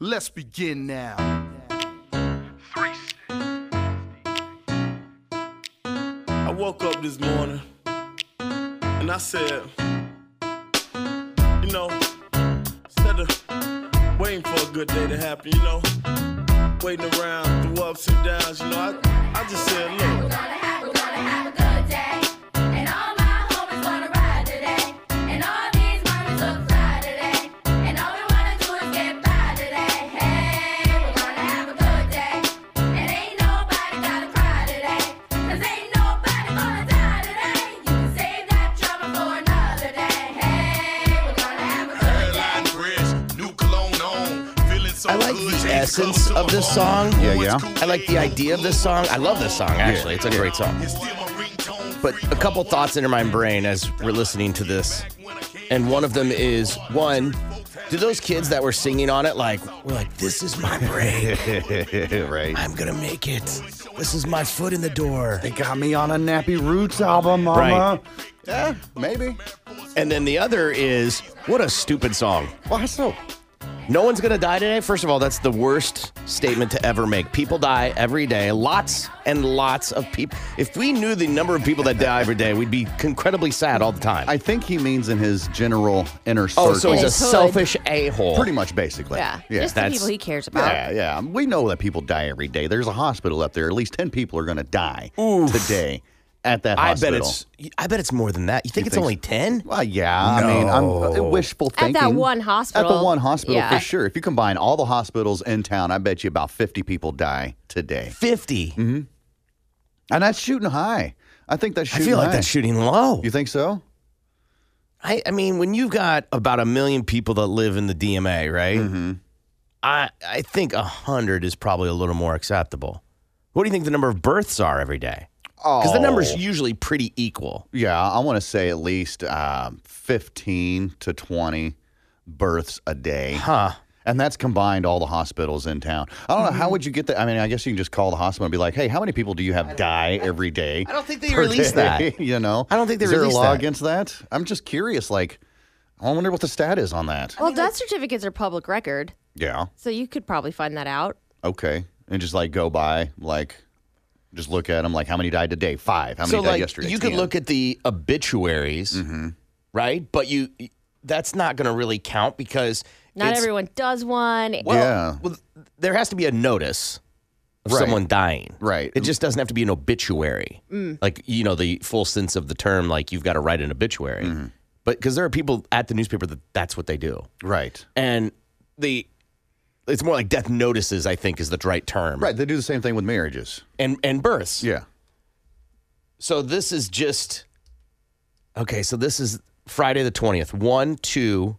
Let's begin now. I woke up this morning and I said, you know, instead of waiting for a good day to happen, you know, waiting around through ups and downs, you know, I, I just said, look, Airline dress, new cologne on, feeling so I like good, the James essence Corden of this on. song. Yeah, yeah. I like the idea of this song. I love this song, actually. It's a great song. It's still my ringtone, But a couple ringtone. thoughts enter my brain as we're listening to this. And one of them is one, do those kids that were singing on it, like, we're like, this is my brain. right. I'm going to make it. This is my foot in the door. They got me on a Nappy Roots album, Mama. Right. Yeah, maybe. And then the other is, what a stupid song. Why so? No one's going to die today. First of all, that's the worst statement to ever make. People die every day. Lots and lots of people. If we knew the number of people that die every day, we'd be incredibly sad all the time. I think he means in his general inner circle. oh, so he's a It's hood. selfish a hole. pretty much basically. Yeah. Yeah. Just the that's- people he cares about. yeah, yeah. We know that people die every day. There's a hospital up there. At least 10 people are going to die today at that I hospital. bet it's. I bet it's more than that. You think it's think only so? ten? Well, yeah. I mean, I'm uh, wishful At thinking. that one At the hospital. one hospital, Yeah. for sure. If you combine all the hospitals in town, I bet you about 50 people die today. 50 And that's shooting high. I think that's I shooting feel like high. that's shooting low. You think so? I, I mean, when you've got about a million people that live in the DMA, right? I I think a hundred is probably a little more acceptable. What do you think the number of births are every day? Because the number's usually pretty equal. Yeah, I want to say at least um, 15 to 20 births a day. Huh. And that's combined all the hospitals in town. I don't know. Mm. How would you get that? I mean, I guess you can just call the hospital and be like, hey, how many people do you have die every day? I don't think they per released day? that. you know? I don't think they Is there a released law that. against that? I'm just curious. Like, I wonder what the stat is on that. Well, death certificates are public record, Yeah. Oh. so you could probably find that out. Okay. And just like go by, like, just look at them. Like, how many died today? Five. How many so died like yesterday? you could Ten. look at the obituaries, right? But you that's not going to really count because Not it's- everyone does one. Well, Yeah. well, there has to be a notice of Right. someone dying. Right. Mm. It just doesn't have to be an obituary. Like, you know, the full sense of the term, like you've got to write an obituary. Mm-hmm. But because there are people at the newspaper that that's what they do. Right. And the, it's more like death notices, I think, is the right term. Right. They do the same thing with marriages. And, and births. Yeah. So this is just, okay, so this is Friday the 20th. One, two,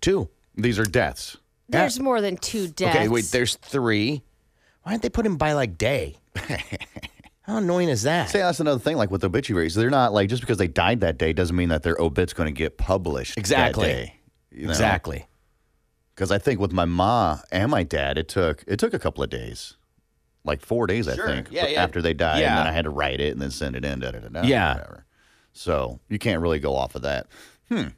two. These are deaths. There's more than two deaths. Okay, wait, there's three. Why didn't they put him by like day? How annoying is that? See, that's another thing. Like with obituaries, they're not like just because they died that day doesn't mean that their obit's going to get published. that Exactly. day, you know? Exactly. Because I think with my ma and my dad, it took it took a couple of days, like four days, I Sure. think, Yeah, yeah. after they died, and Yeah. then I had to write it and then send it in. Da, da, da, da, Yeah. Whatever. So you can't really go off of that. Hmm.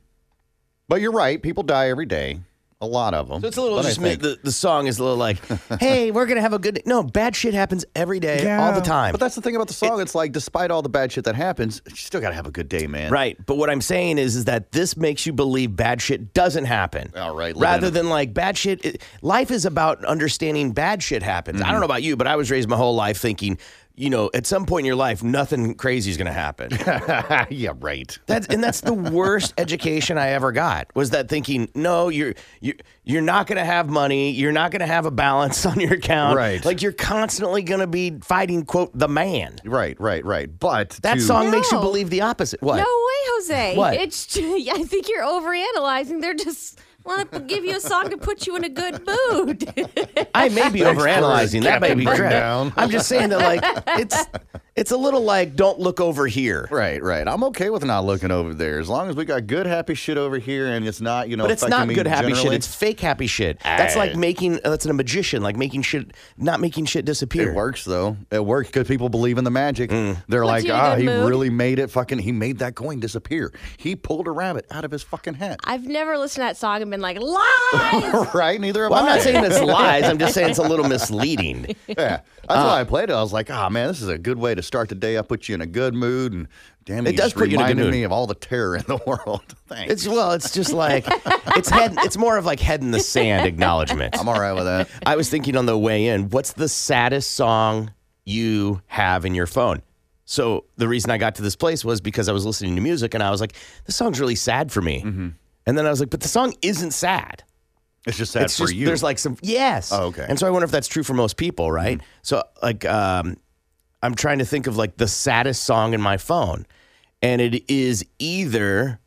But you're right. People die every day. A lot of them. So it's a little But I just think- the, the song is a little like, hey, we're gonna have a good day. No, bad shit happens every day, all the time. But that's the thing about the song. it's like, despite all the bad shit that happens, you still got to have a good day, man. right. But what I'm saying is is that this makes you believe bad shit doesn't happen. All right, live Rather in it. than like bad shit it- life is about understanding bad shit happens. I don't know about you, but I was raised my whole life thinking, you know, at some point in your life, nothing crazy is gonna happen. yeah. Right. That's and that's the worst education I ever got was that thinking, no, you're you you're not gonna have money, you're not gonna have a balance on your account. Right. Like you're constantly gonna be fighting, quote, the man. Right, right, right. But That to- song makes you No. believe the opposite. What? No way, Jose. What? It's I think you're overanalyzing. They're just want to give you a song to put you in a good mood. I may be overanalyzing that, Captain baby. Breakdown. I'm just saying that, like, it's it's a little like, don't look over here. Right, right. I'm okay with not looking over there as long as we got good, happy shit over here, and it's not, you know, But it's affecting not me good happy shit. generally. It's fake happy shit. That's like Aye. making uh, that's a magician, like making shit, not making shit disappear. It works though. It works because people believe in the magic. Mm. They're Puts like, you in a ah, good he mood." really made it. Fucking, he made that coin disappear. He pulled a rabbit out of his fucking hat. I've never listened to that song and been like, lies. right? Neither of Well, I'm I. not saying it's lies. I'm just saying it's a little misleading. Yeah, that's why I played it. I was like, ah, man, this is a good way to start the day. I put you in a good mood, and damn, It you does just put you in a good reminded mood. me of all the terror in the world. Thanks. It's well, it's just like it's head. It's more of like head in the sand acknowledgement. I'm all right with that. I was thinking on the way in, what's the saddest song you have in your phone? So the reason I got to this place was because I was listening to music and I was like, this song's really sad for me. And then I was like, but the song isn't sad. It's just sad it's for just you. there's like some yes. Oh, okay. Mm-hmm. And so I wonder if that's true for most people, right? So like um I'm trying to think of like the saddest song in my phone. And it is either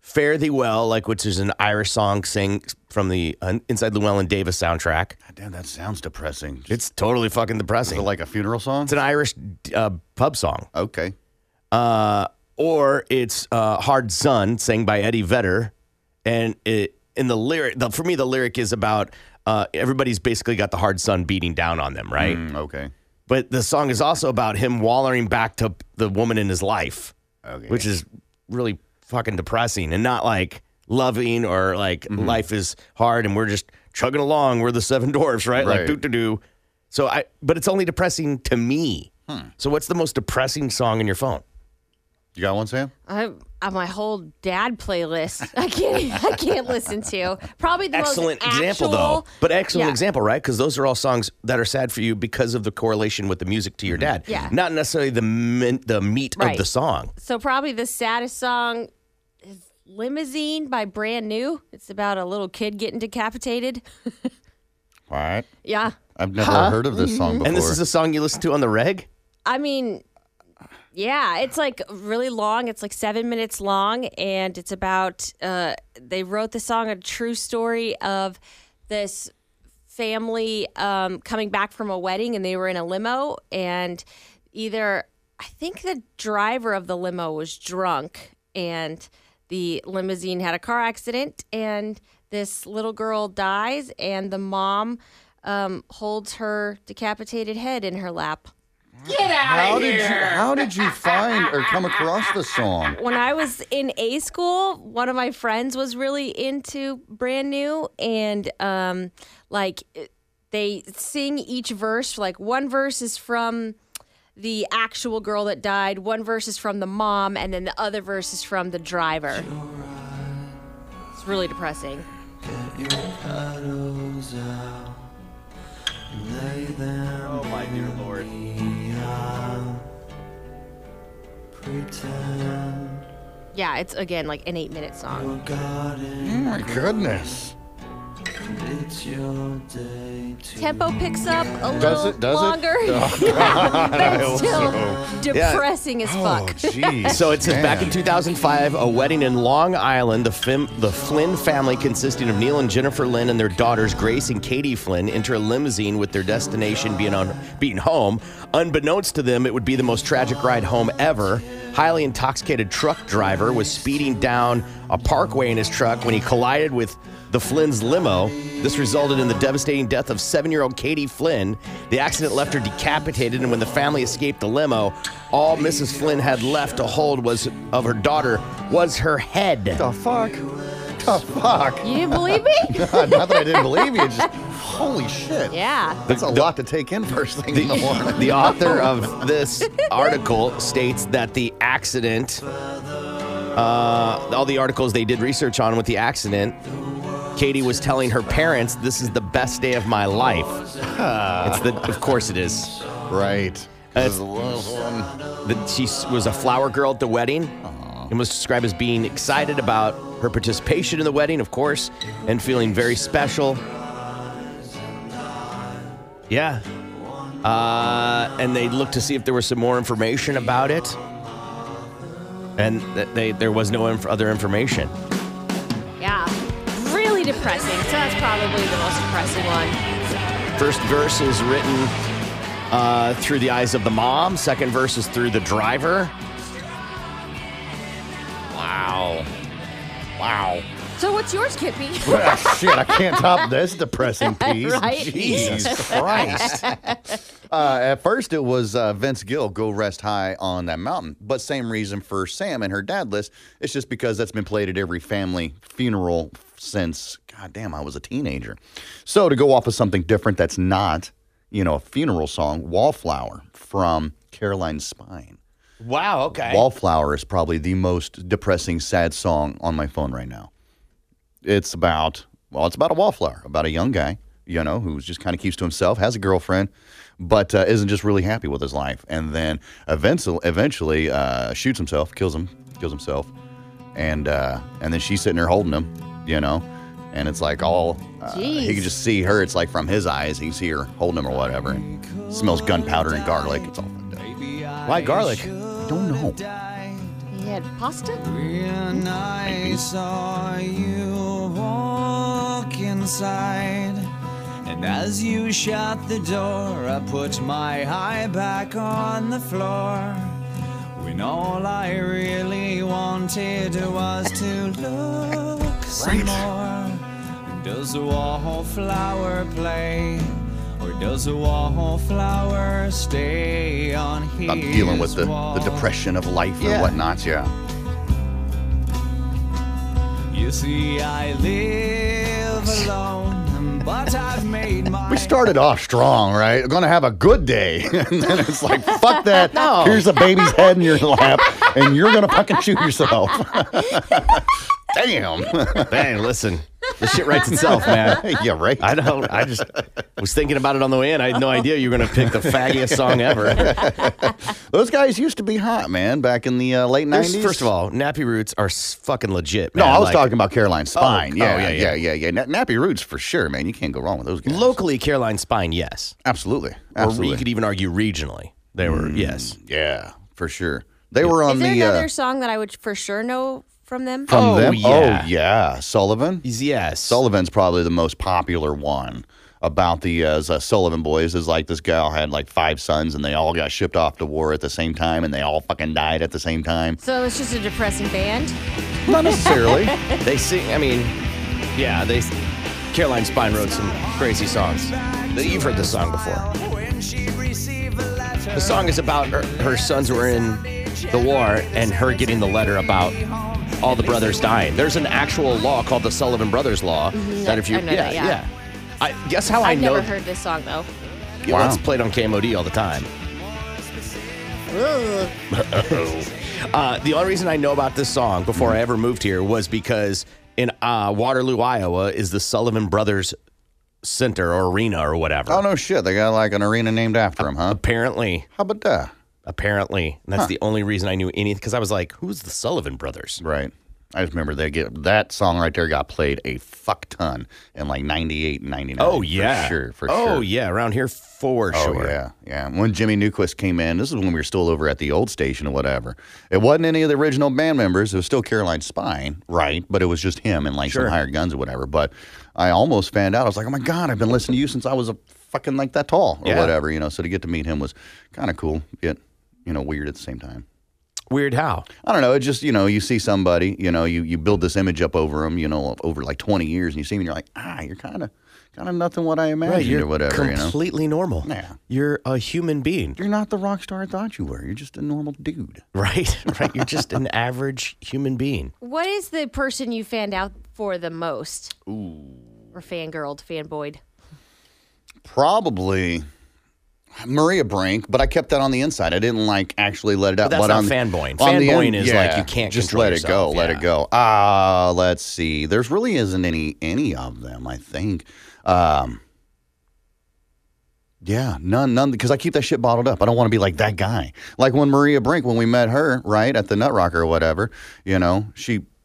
Fare Thee Well, like which is an Irish song sing from the uh, Inside Llewellyn Davis soundtrack. damn, that sounds depressing. Just It's totally fucking depressing. like a funeral song. It's an Irish uh, pub song. Okay. Uh, or it's uh, Hard Sun, sang by Eddie Vedder. And it, in the lyric, the, for me, the lyric is about uh, everybody's basically got the hard sun beating down on them, right? Mm, okay. But the song is also about him wallering back to the woman in his life, Okay. which is really fucking depressing and not like loving or like Mm-hmm. life is hard and we're just chugging along. We're the seven dwarfs, right? Like Right. doo doo doo. So I, but it's only depressing to me. Hmm. So what's the most depressing song in your phone? You got one, Sam? I, uh, my whole dad playlist. I can't. I can't listen to. Probably the excellent most example though actual- but excellent Yeah. example right because those are all songs that are sad for you because of the correlation with the music to your dad Mm-hmm. Yeah. not necessarily the min- the meat of Right. the song So probably the saddest song is "Limousine" by Brand New. It's about a little kid getting decapitated. All right. yeah, I've never heard of this song before. and this is a song you listen to on the reg I mean, yeah, it's like really long. It's like seven minutes long, and it's about uh, they wrote the song a true story of this family um, coming back from a wedding, and they were in a limo, and either I think the driver of the limo was drunk, and the limousine had a car accident, and this little girl dies, and the mom um, holds her decapitated head in her lap. how did you how did you find or come across the song? when I was in A school, one of my friends was really into brand new and um like it- they sing each verse like one verse is from the actual girl that died, one verse is from the mom and then the other verse is from the driver. It's really depressing. Yeah, it's again like an 8 minute song. Oh my goodness. Tempo picks up a little Does it- does it? longer. but still depressing as fuck. Oh, Jeez. so it says back man. in 2005 a wedding in long island the, fim- the flynn family consisting of neil and jennifer lynn and their daughters grace and katie flynn enter a limousine with their destination being on being home unbeknownst to them it would be the most tragic ride home ever highly intoxicated truck driver was speeding down a parkway in his truck when he collided with the Flynn's limo. This resulted in the devastating death of seven year old Katie Flynn. The accident left her decapitated, and when the family escaped the limo, all Mrs. Flynn had left to hold was of her daughter was her head. the fuck? The fuck? You didn't believe me? God, not that I didn't believe you. Just holy shit. yeah. That's a lot to take in first thing in the morning. The author of this article states that the accident, uh, all the articles they did research on with the accident, Katie was telling her parents, "This is the best day of my life." it's the, of course, it is. right. That's- This is the last one. That she s- was a flower girl at the wedding and was described as being excited about her participation in the wedding, of course, and feeling very special. Yeah. Uh, and they looked to see if there was some more information about it. And th- they, there was no inf- other information. Yeah. Really really depressing. So that's probably the most depressing one. First verse is written uh, through the eyes of the mom. Second verse is through the driver. Wow. Wow. So what's yours, Kippy? Ah, Shit, I can't top this depressing piece. Right? Jesus Christ. Uh, at first, it was uh, Vince Gill, Go Rest High on That Mountain. But same reason for Sam and her dad list. It's just because that's been played at every family funeral since, God damn, I was a teenager. So to go off of something different that's not, you know, a funeral song, Wallflower from Caroline Spine. Wow. Okay. Wallflower is probably the most depressing, sad song on my phone right now. It's about, well, it's about a wallflower, about a young guy, you know, who just kind of keeps to himself, has a girlfriend, but uh, isn't just really happy with his life. And then eventually, eventually uh, shoots himself, kills him, kills himself. And, uh, and then she's sitting there holding him, you know, and it's like all, uh, he Jeez. can just see her. It's like from his eyes, he can see her holding him or whatever. And smells gunpowder and garlic. It's all fucked up. Why garlic? I don't know. He had pasta. I saw you walk inside, and as you shut the door, I put my eye back on the floor. When all I really wanted was to look some more. Does a wallflower play, or does a wallflower stay on here? I'm dealing with the, the depression of life and Yeah. whatnot. Yeah. You see, I live alone, but I've made my. We started off strong, right? We're gonna have a good day, and then it's like, fuck that. No. Here's a baby's head in your lap, and you're gonna fucking shoot yourself. Damn. Bang! Listen, this shit writes itself, man. yeah, right. I don't. I just was thinking about it on the way in. I had no idea you were going to pick the faggiest song ever. Those guys used to be hot, man, back in the uh, late There's- '90s. First of all, nappy roots are s- fucking legit. no, man. I was Like, talking about Caroline Spine. oh, yeah, yeah, yeah, yeah, yeah, yeah. Na- Nappy Roots for sure, man. You can't go wrong with those guys. locally. Caroline Spine, yes. absolutely, Or you absolutely. Mm. could even argue regionally. They were yes. yeah, for sure. They were on Is there the uh, another song that I would for sure know from them? from Oh, them. yeah. Oh yeah, Sullivan. He's yes. Sullivan's probably the most popular one about the uh, Z- Sullivan boys is like this gal had like five sons and they all got shipped off to war at the same time and they all fucking died at the same time. So it's just a depressing band. Not necessarily. They sing. I mean, yeah. They Caroline Spine wrote some crazy songs. You've heard this song before. The song is about her, her sons were in the war and her getting the letter about all the brothers dying. There's an actual law called the Sullivan Brothers Law that if you I know yeah Mm-hmm. that, yeah. I guess Oh, how I I've know never heard this song though. Yeah, well, Wow. it's played on KMOD all the time. uh, the only reason I know about this song before I ever moved here was because in uh, Waterloo, Iowa, is the Sullivan Brothers Center or arena or whatever. oh no shit, they got like an arena named after him, huh? Apparently, How about that? apparently, and that's the only reason I knew anything because I was like, "Who's the Sullivan Brothers?" Right. I just remember they get that song right there got played a fuck ton in like 98 and 99. Oh yeah, For sure, for oh, sure. yeah, around here for sure. Oh, yeah, yeah. When Jimmy Newquist came in, this is when we were still over at the old station or whatever. It wasn't any of the original band members. It was still Caroline Spine, right? But it was just him and like some hired guns or whatever. But I almost found out. I was like, oh my god, I've been listening to you since I was a fucking like that tall or Yeah. whatever, you know. So to get to meet him was kind of cool, yet you know weird at the same time. Weird how? I don't know. It just you know you see somebody, you know, you you build this image up over them, you know, over like twenty years, and you see him, and you're like, ah, you're kind of kind of nothing what I imagined or whatever, you know. completely normal. Yeah. You're a human being. You're not the rock star I thought you were. You're just a normal dude. Right, right. You're just an average human being. What is the person you fanned out for the most? Ooh. Or fangirled, fanboyed? Probably Maria Brink, but I kept that on the inside. I didn't like actually let it out. that's but not on, fanboying. on the Fanboying in- is like you can't just control let yourself. it go. Let Yeah. it go. Ah, let's see. There's really isn't any any of them. I think. Um, yeah, none, none, because I keep that shit bottled up. I don't want to be like that guy. Like when Maria Brink, when we met her, right at the Nut Rocker or whatever, you know, she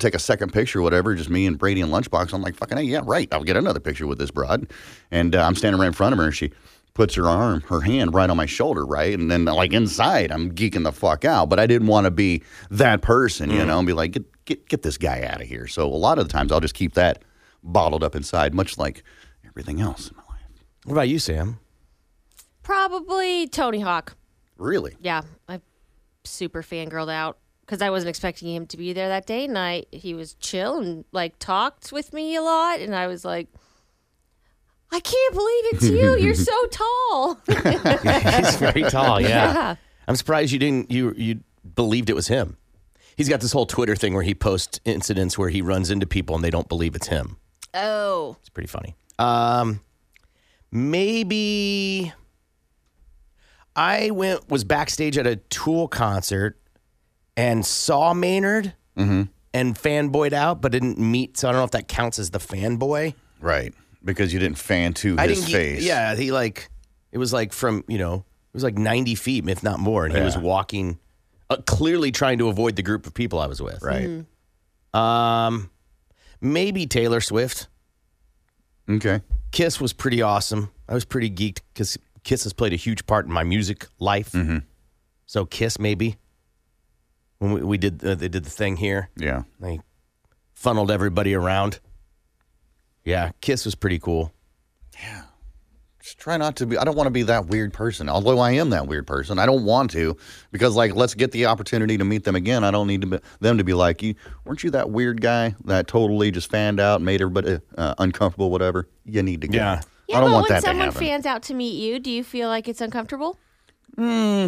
to take a second picture, or whatever, just me and Brady and Lunchbox. I'm like, fucking, hey, yeah, right. I'll get another picture with this broad. And uh, I'm standing right in front of her, and she puts her arm, her hand right on my shoulder, right? And then, like, inside, I'm geeking the fuck out. But I didn't want to be that person, you know, and be like, get, get, get this guy out of here. So a lot of the times, I'll just keep that bottled up inside, much like everything else in my life. What about you, Sam? Probably Tony Hawk. Really? Yeah, I super fangirled out because I wasn't expecting him to be there that day, and I he was chill and like talked with me a lot, and I was like, I can't believe it's you. You're so tall. He's very tall. Yeah. Yeah. I'm surprised you didn't you you believed it was him. He's got this whole Twitter thing where he posts incidents where he runs into people and they don't believe it's him. oh, It's pretty funny. Um, maybe I went was backstage at a Tool concert and saw Maynard and fanboyed out, but didn't meet. So I don't know if that counts as the fanboy. Right. Because you didn't fan to I his didn't. get- face. yeah, he like it was like from you know it was like ninety feet, if not more, and he was walking, uh, clearly trying to avoid the group of people I was with. Right. Um, maybe Taylor Swift. Okay. Kiss was pretty awesome. I was pretty geeked because Kiss has played a huge part in my music life. Mm-hmm. So Kiss maybe when we, we did uh, they did the thing here, Yeah. they funneled everybody around. Yeah, Kiss was pretty cool. just try not to be i don't want to be that weird person although i am that weird person i don't want to because like let's get the opportunity to meet them again i don't need to be, them to be like you weren't you that weird guy that totally just fanned out made everybody uh, uncomfortable whatever you need to go Yeah. yeah. i don't but want when that to someone happen fans out to meet you, do you feel like it's uncomfortable? Ah,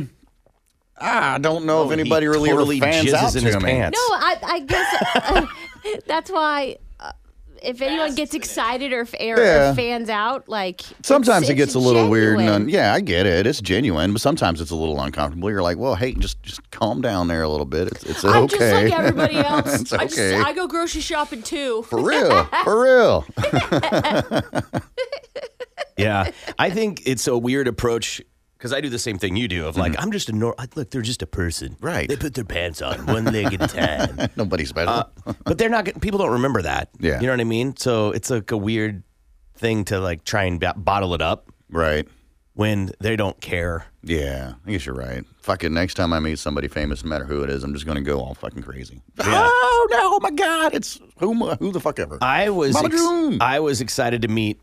i don't know if anybody He really totally ever fans jizzes out in to eh? his me. pants. No, I, I guess uh, that's why. Uh, if anyone gets excited or, f- or, Yeah. or fans out, like sometimes it's- it gets it's a little weird and genuine. un- yeah i get it it's genuine but sometimes it's a little uncomfortable you're like well hey just just calm down there a little bit it's, it's I'm okay just like everybody else. It's I just okay. I go grocery shopping too. for real for real Yeah, I think it's a weird approach because I do the same thing you do. Of like, I'm just a nor. I- Look, they're just a person. Right. They put their pants on one leg at a time. nobody's better But they're not. get- People don't remember that. Yeah. You know what I mean? So it's like a weird thing to like try and bo- bottle it up right when they don't care. Yeah, I guess you're right. Fucking next time I meet somebody famous, no matter who it is, I'm just gonna go all fucking crazy. Oh no! Oh my god! It's who? Who the fuck ever? I was. Mama ex- June! I was excited to meet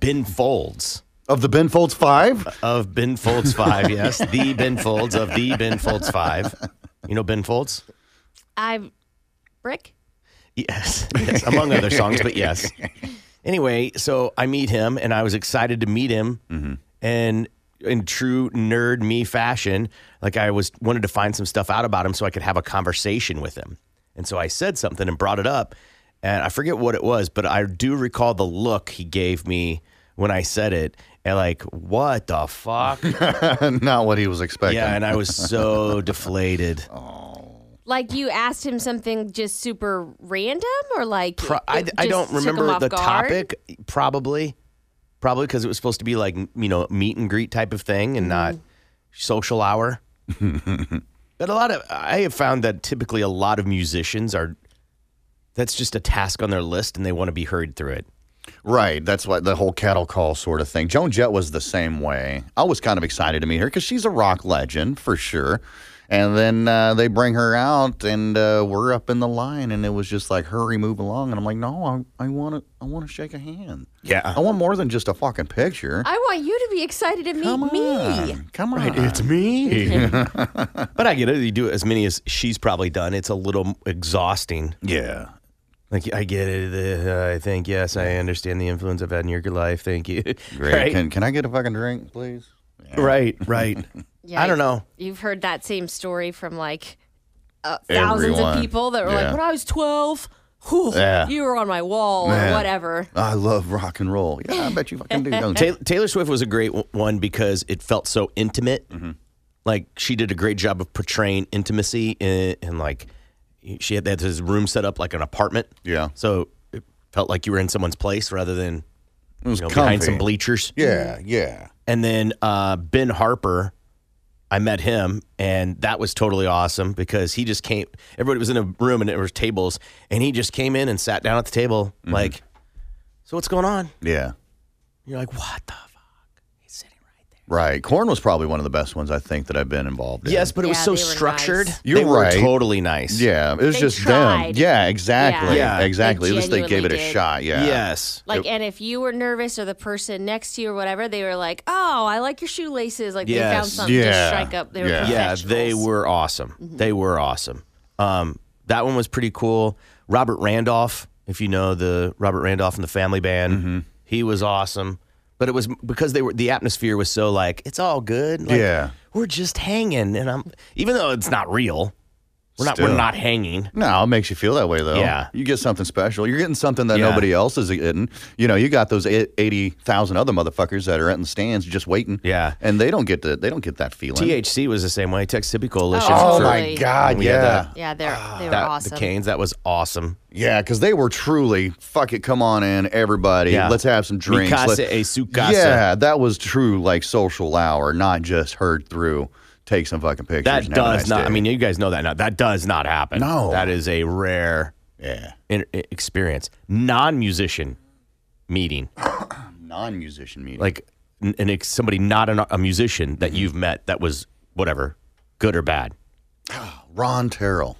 Ben Folds of the Ben Folds Five. of Ben Folds Five. yes, the Ben Folds of the Ben Folds Five. You know Ben Folds? I'm brick. Yes, yes, among other songs, but yes. Anyway, so I meet him, and I was excited to meet him, and in true nerd me fashion, like I was wanted to find some stuff out about him so I could have a conversation with him, and so I said something and brought it up, and I forget what it was, but I do recall the look he gave me when I said it, and like, what the fuck? Not what he was expecting. yeah, and I was so deflated. Like you asked him something just super random, or like Pro- it- I, it I just don't took him remember off the guard? topic. Probably, probably because it was supposed to be like m- you know meet and greet type of thing and not Mm. social hour. but a lot of I have found that typically a lot of musicians are. That's just a task on their list, and they want to be hurried through it. Right. That's what the whole cattle call sort of thing. Joan Jett was the same way. I was kind of excited to meet her because she's a rock legend for sure. And then uh, they bring her out, and uh, we're up in the line, and it was just like, "Hurry, move along!" And I'm like, "No, I, I want to, I want to shake a hand. Yeah. I want more than just a fucking picture." I want you to be excited to meet me. Come on. me. but I get it. You do it as many as she's probably done. It's a little exhausting. Yeah. Like I get it. Uh, I think yes, I understand the influence I've had in your life. Thank you. Great. Right? Can, can I get a fucking drink, please? Right, right. Yeah, I don't know. You've heard that same story from like uh, thousands Everyone. of people that were Yeah. like, "When I was 12, whew, Yeah. you were on my wall Yeah. or whatever." I love rock and roll. Yeah, I bet you fucking do, don't you? Mm-hmm. Taylor, Taylor Swift was a great w- one because it felt so intimate. like she did a great job of portraying intimacy and, and like she had that his room set up like an apartment. Yeah. So it felt like you were in someone's place rather than It was you know, behind comfy. some bleachers. Yeah, yeah. And then uh, Ben Harper, I met him, and that was totally awesome because he just came. Everybody was in a room, and there was tables, and he just came in and sat down at the table, Mm-hmm. like, "So what's going on?" Yeah. And you're like, "What the?" Fuck? Right. Corn was probably one of the best ones I think that I've been involved in. Yes, but it was Yeah, so they were nice. structured. You're They were right. totally nice. Yeah, it was They just them. tried. Yeah, exactly. Yeah. Yeah. exactly. They At least they gave it genuinely a did. shot. Yeah. Yes. Like, and if you were nervous or the person next to you or whatever, they were like, "Oh, I like your shoelaces." Like they found Yes. something to Yeah. strike up. They were Yeah. Yeah, they professionals. were awesome. Mm-hmm. They were awesome. Um, that one was pretty cool. Robert Randolph, if you know the Robert Randolph and the Family Band, Mm-hmm. he was awesome. But it was because they were the atmosphere was so like it's all good. Like, Yeah. we're just hanging, and I'm even though it's not real, we're not we're Still. not hanging. No, it makes you feel that way though. Yeah. you get something special. You're getting something that Yeah. nobody else is getting. You know, you got those eighty thousand other motherfuckers that are out in the stands just waiting. Yeah. and they don't get the they don't get that feeling. THC was the same way. Mississippi Coalition. Oh Oh, my really? God! We had Yeah, Yeah, they're they were Ah. that, awesome. The Canes, that was awesome. yeah, because they were truly fuck it. Come on in, everybody. Yeah. Let's have some drinks. Mikasa Let- e Sukasa. Yeah, that was true. Like social hour, not just heard through. Take some fucking pictures. That and have does a nice not. day. I mean, you guys know that now. That does not happen. No. that is a rare yeah, in, i- experience. Non musician meeting, non-musician meeting. like n- an ex- somebody not an, a musician that you've met that was whatever, good or bad. Ron Terrell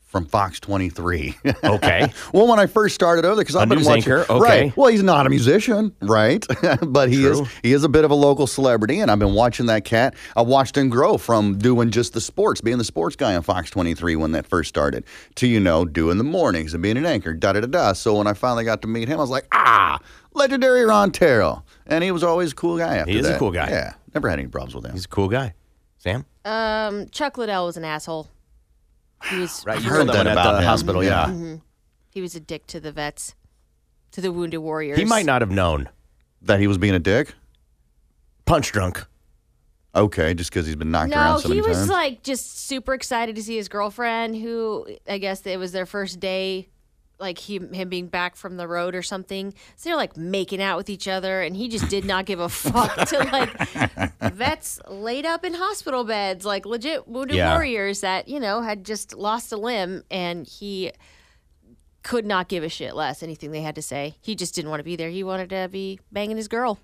from Fox 23. Okay. well, when I first started over there, because I've been news watching. anchor, okay. Right. Well, he's not a musician, right? but he is he is a bit of a local celebrity, and I've been watching that cat. I watched him grow from doing just the sports, being the sports guy on Fox 23 when that first started, to you know doing the mornings and being an anchor, da da da da. So when I finally got to meet him, I was like, ah, legendary Ron Terrell, and he was always a cool guy. After He is a that. cool guy. Yeah, never had any problems with him. He's a cool guy, Sam. um, Chuck Liddell was an asshole. He was Right, heard that about the him. hospital. Yeah, he was a dick to the vets, to the wounded warriors. he might not have known that he was being a dick. punch drunk. Okay, just because he's been knocked No, around so he many was times. like just super excited to see his girlfriend, who I guess it was their first day, like he, him being back from the road or something. So they're like making out with each other, and he just did not give a fuck to like vets laid up in hospital beds, like legit wounded Yeah. warriors that you know had just lost a limb, and he could not give a shit less anything they had to say. He just didn't want to be there. He wanted to be banging his girl.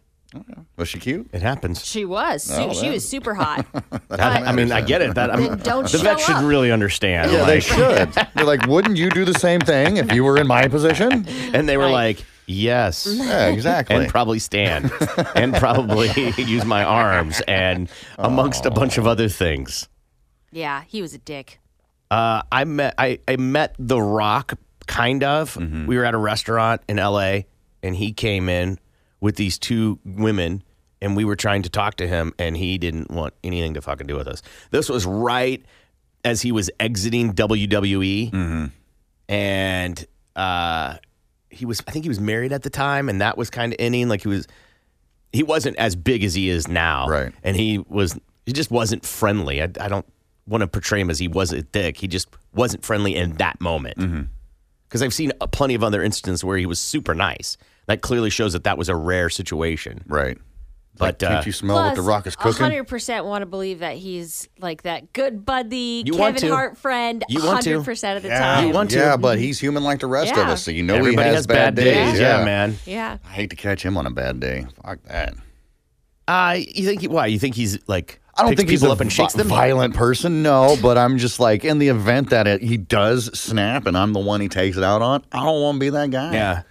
was she cute? It happens. She was. Su- Oh, she that- was super hot. That- I mean, I get it. That I'm, Then don't the vet show should up. really understand. Yeah, they like- should. They're like, wouldn't you do the same thing if you were in my position? and they were Right. Mm-hmm. like, yes. Yeah, exactly. and probably stand and probably use my arms and amongst a bunch of other things. yeah, he was a dick. Uh, I met I, I met The Rock kind of. We were at a restaurant in L.A. and he came in with these two women and we were trying to talk to him and he didn't want anything to fucking do with us. This was right as he was exiting E. WWE and uh, he was I think he was married at the time and that was kind of ending like he was he wasn't as big as he is now. Right. And he was, he just wasn't friendly. I, I don't want to portray him as he was a dick. He just wasn't friendly in that moment. Mm-hmm. Because I've seen uh, plenty of other instances where he was super nice. That clearly shows that that was a rare situation. right. But uh, Can't you smell what the rock is cooking? Hundred percent want to believe that he's like that good buddy, You want Kevin to. Hart friend. You want to. hundred percent of the time. You want to. Yeah, but he's human like the rest of Yeah. us, so you know Everybody he has, bad, days. Yeah, man. yeah, I hate to catch him on a bad day. Fuck that. Uh, you think he, why? You think he's like I don't picks think he's people a up and shakes vi- them? violent person, no. But I'm just like, in the event that it, he does snap and I'm the one he takes it out on, I don't want to be that guy. Yeah.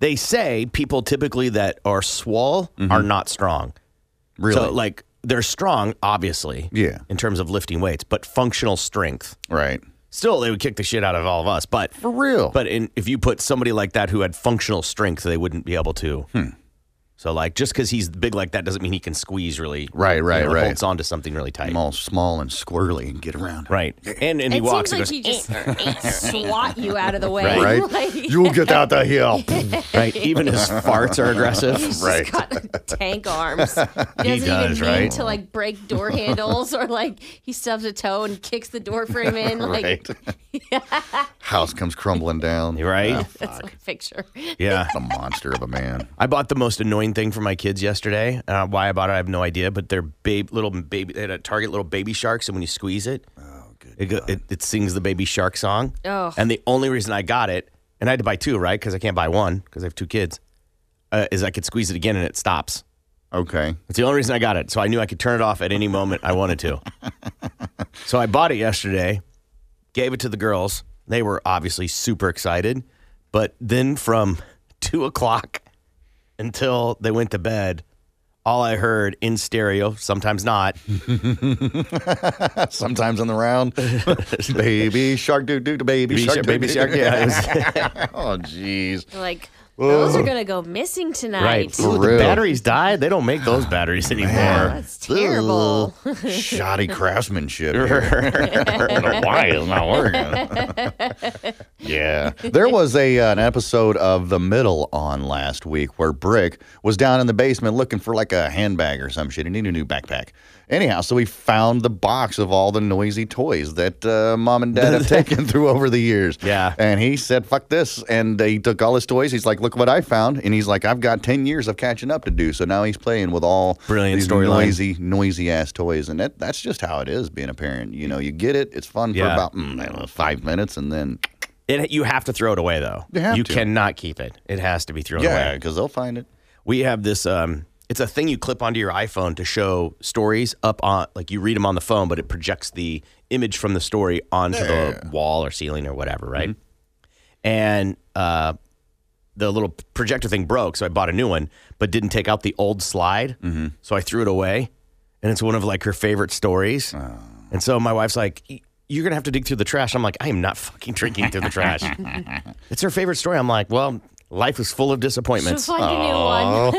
They say people typically that are swole are not strong. Mm-hmm. really. So like they're strong, obviously. Yeah. In terms of lifting weights, but functional strength. right. Still, they would kick the shit out of all of us. But For real. Hmm. but in, if you put somebody like that who had functional strength, they wouldn't be able to So like just because he's big like that doesn't mean he can squeeze really Right, right, you know, right. Holds onto something really tight. I'm all small and squirrely and get around. Right, and and he it walks. seems like and he just swat you out of the way. Right? Like, You'll get out of here. goes, right, even his farts are aggressive. he's right. just got tank arms. He doesn't does, even mean right? to like break door handles or like he stubs a toe and kicks the door frame in. Like right. House comes crumbling down. Right? that's my picture. Yeah. A monster of a man. I bought the most annoying thing for my kids yesterday. Uh, why I bought it, I have no idea. But they're babe, little baby. They had a Target little baby sharks, and when you squeeze it, it, go, it, it sings the baby shark song. Oh. And the only reason I got it, and I had to buy two, right? Because I can't buy one because I have two kids. Uh, is I could squeeze it again and it stops. Okay. That's the only reason I got it. So I knew I could turn it off at any moment I wanted to. so I bought it yesterday, gave it to the girls. They were obviously super excited. But then from two o'clock until they went to bed, all I heard in stereo, sometimes not, Sometimes on the round. baby shark doo doo to baby baby shark. shark, doo, baby doo, shark. doo. Yeah, it was- oh jeez. Like those are gonna go missing tonight. Ooh, For the real. batteries died. They don't make those batteries anymore. That's terrible. Ugh. Shoddy craftsmanship. here. I don't know Why it's not working? yeah, there was a uh, an episode of The Middle on last week where Brick was down in the basement looking for like a handbag or some shit. He needed a new backpack. Anyhow, so he found the box of all the noisy toys that uh, mom and dad have taken through over the years. Yeah. and he said, "Fuck this!" and he took all his toys. He's like, "Look what I found!" and he's like, "I've got ten years of catching up to do." So now he's playing with all Brilliant these storyline. noisy, noisy ass toys, and that, that's just how it is being a parent. You know, you get it, it's fun for Yeah. about mm, I don't know, five minutes, and then It, you have to throw it away, though. You have to. cannot keep it. It has to be thrown yeah, away. because they'll find it. we have this um it's a thing you clip onto your iphone to show stories up on like you read them on the phone but it projects the image from the story onto the wall or ceiling or whatever right and uh the little projector thing broke so i bought a new one but didn't take out the old slide so i threw it away and it's one of like her favorite stories and so my wife's like "Y- you're gonna have to dig through the trash i'm like i am not fucking drinking through the trash it's her favorite story i'm like well life is full of disappointments Find a new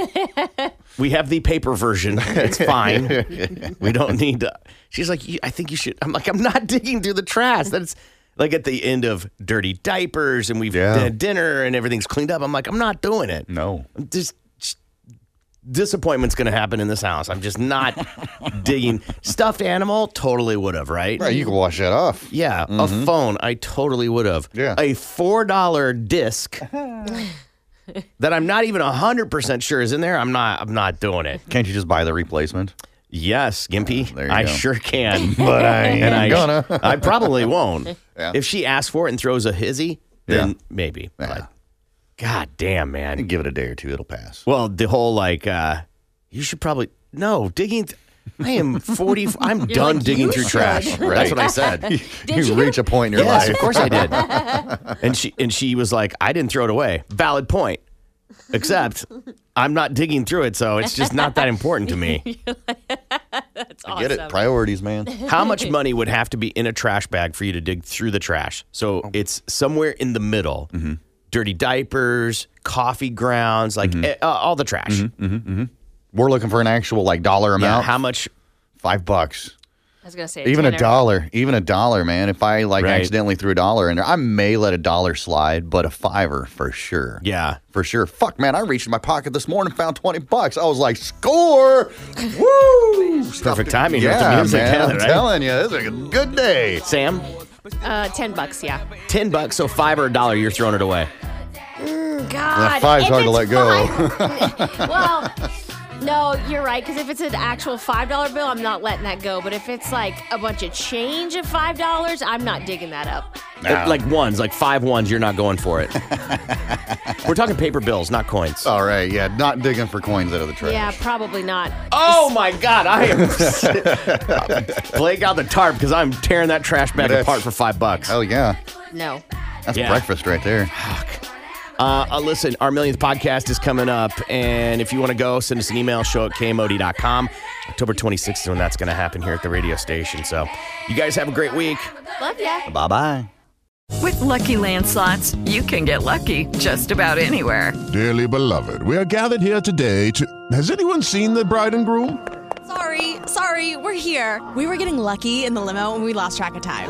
one. we have the paper version. It's fine. we don't need to. She's like, "You- I think you should. I'm like, I'm not digging through the trash. That's like at the end of dirty diapers and we've Yeah. had dinner and everything's cleaned up. I'm like, I'm not doing it. No, I'm just. just- Disappointment's going to happen in this house. I'm just not digging. Stuffed animal, totally would have, right? right? You can wash that off. Yeah, a phone. I totally would have. Yeah. A four dollar disc that I'm not even hundred percent sure is in there. I'm not. I'm not doing it. Can't you just buy the replacement? Yes, Gimpy. Oh, there you I go. sure can. But I ain't and I, gonna. I probably won't. Yeah. If she asks for it and throws a hizzy, then Yeah. maybe. Yeah. But God damn, man. Give it a day or two, it'll pass. Well, the whole like, uh, you should probably no digging. th- I am forty. I'm done like, digging "You through should." trash. That's what I said. Did you you? reach a point in your Yes, life. of course I did. and she and she was like, I didn't throw it away. Valid point. Except I'm not digging through it, so it's just not that important to me. I get it. Priorities, man. How much money would have to be in a trash bag for you to dig through the trash? So it's somewhere in the middle. Dirty diapers, coffee grounds, like eh, uh, all the trash. We're looking for an actual like dollar Yeah, amount. how much? Five bucks. I was gonna say Even a tenner. dollar, even a dollar, man. If I like Right. accidentally threw a dollar in there, I may let a dollar slide, but a fiver for sure. Yeah. for sure. Fuck, man, I reached in my pocket this morning, found twenty bucks. I was like, score, woo! Perfect timing with the Yeah, music, man, yeah, I'm right? telling you, this is a good day. Sam, Uh, ten bucks, yeah. 10 bucks, so 5 or a dollar, you're throwing it away. God, Yeah, five's if hard to it's let go. five- well, no, you're right. Because if it's an actual five dollar bill, I'm not letting that go. But if it's like a bunch of change of five dollars, I'm not digging that up. Uh, Like ones, like five ones, you're not going for it. We're talking paper bills, not coins. All right, yeah, not digging for coins out of the trash. Yeah, probably not. Oh my God, I am Blake out the tarp because I'm tearing that trash bag That's- apart for five bucks. Hell yeah, No. that's Yeah. breakfast right there. Uh, uh, listen, our millionth podcast is coming up, and if you want to go, send us an email, show at kmod.com. October 26th is when that's going to happen here at the radio station. So you guys have a great week. Love ya. Bye bye. With Lucky Land slots, you can get lucky just about anywhere. uh, Dearly beloved, we are gathered here today to. Has anyone seen the bride and groom? Sorry, sorry, we're here. We were getting lucky in the limo and we lost track of time.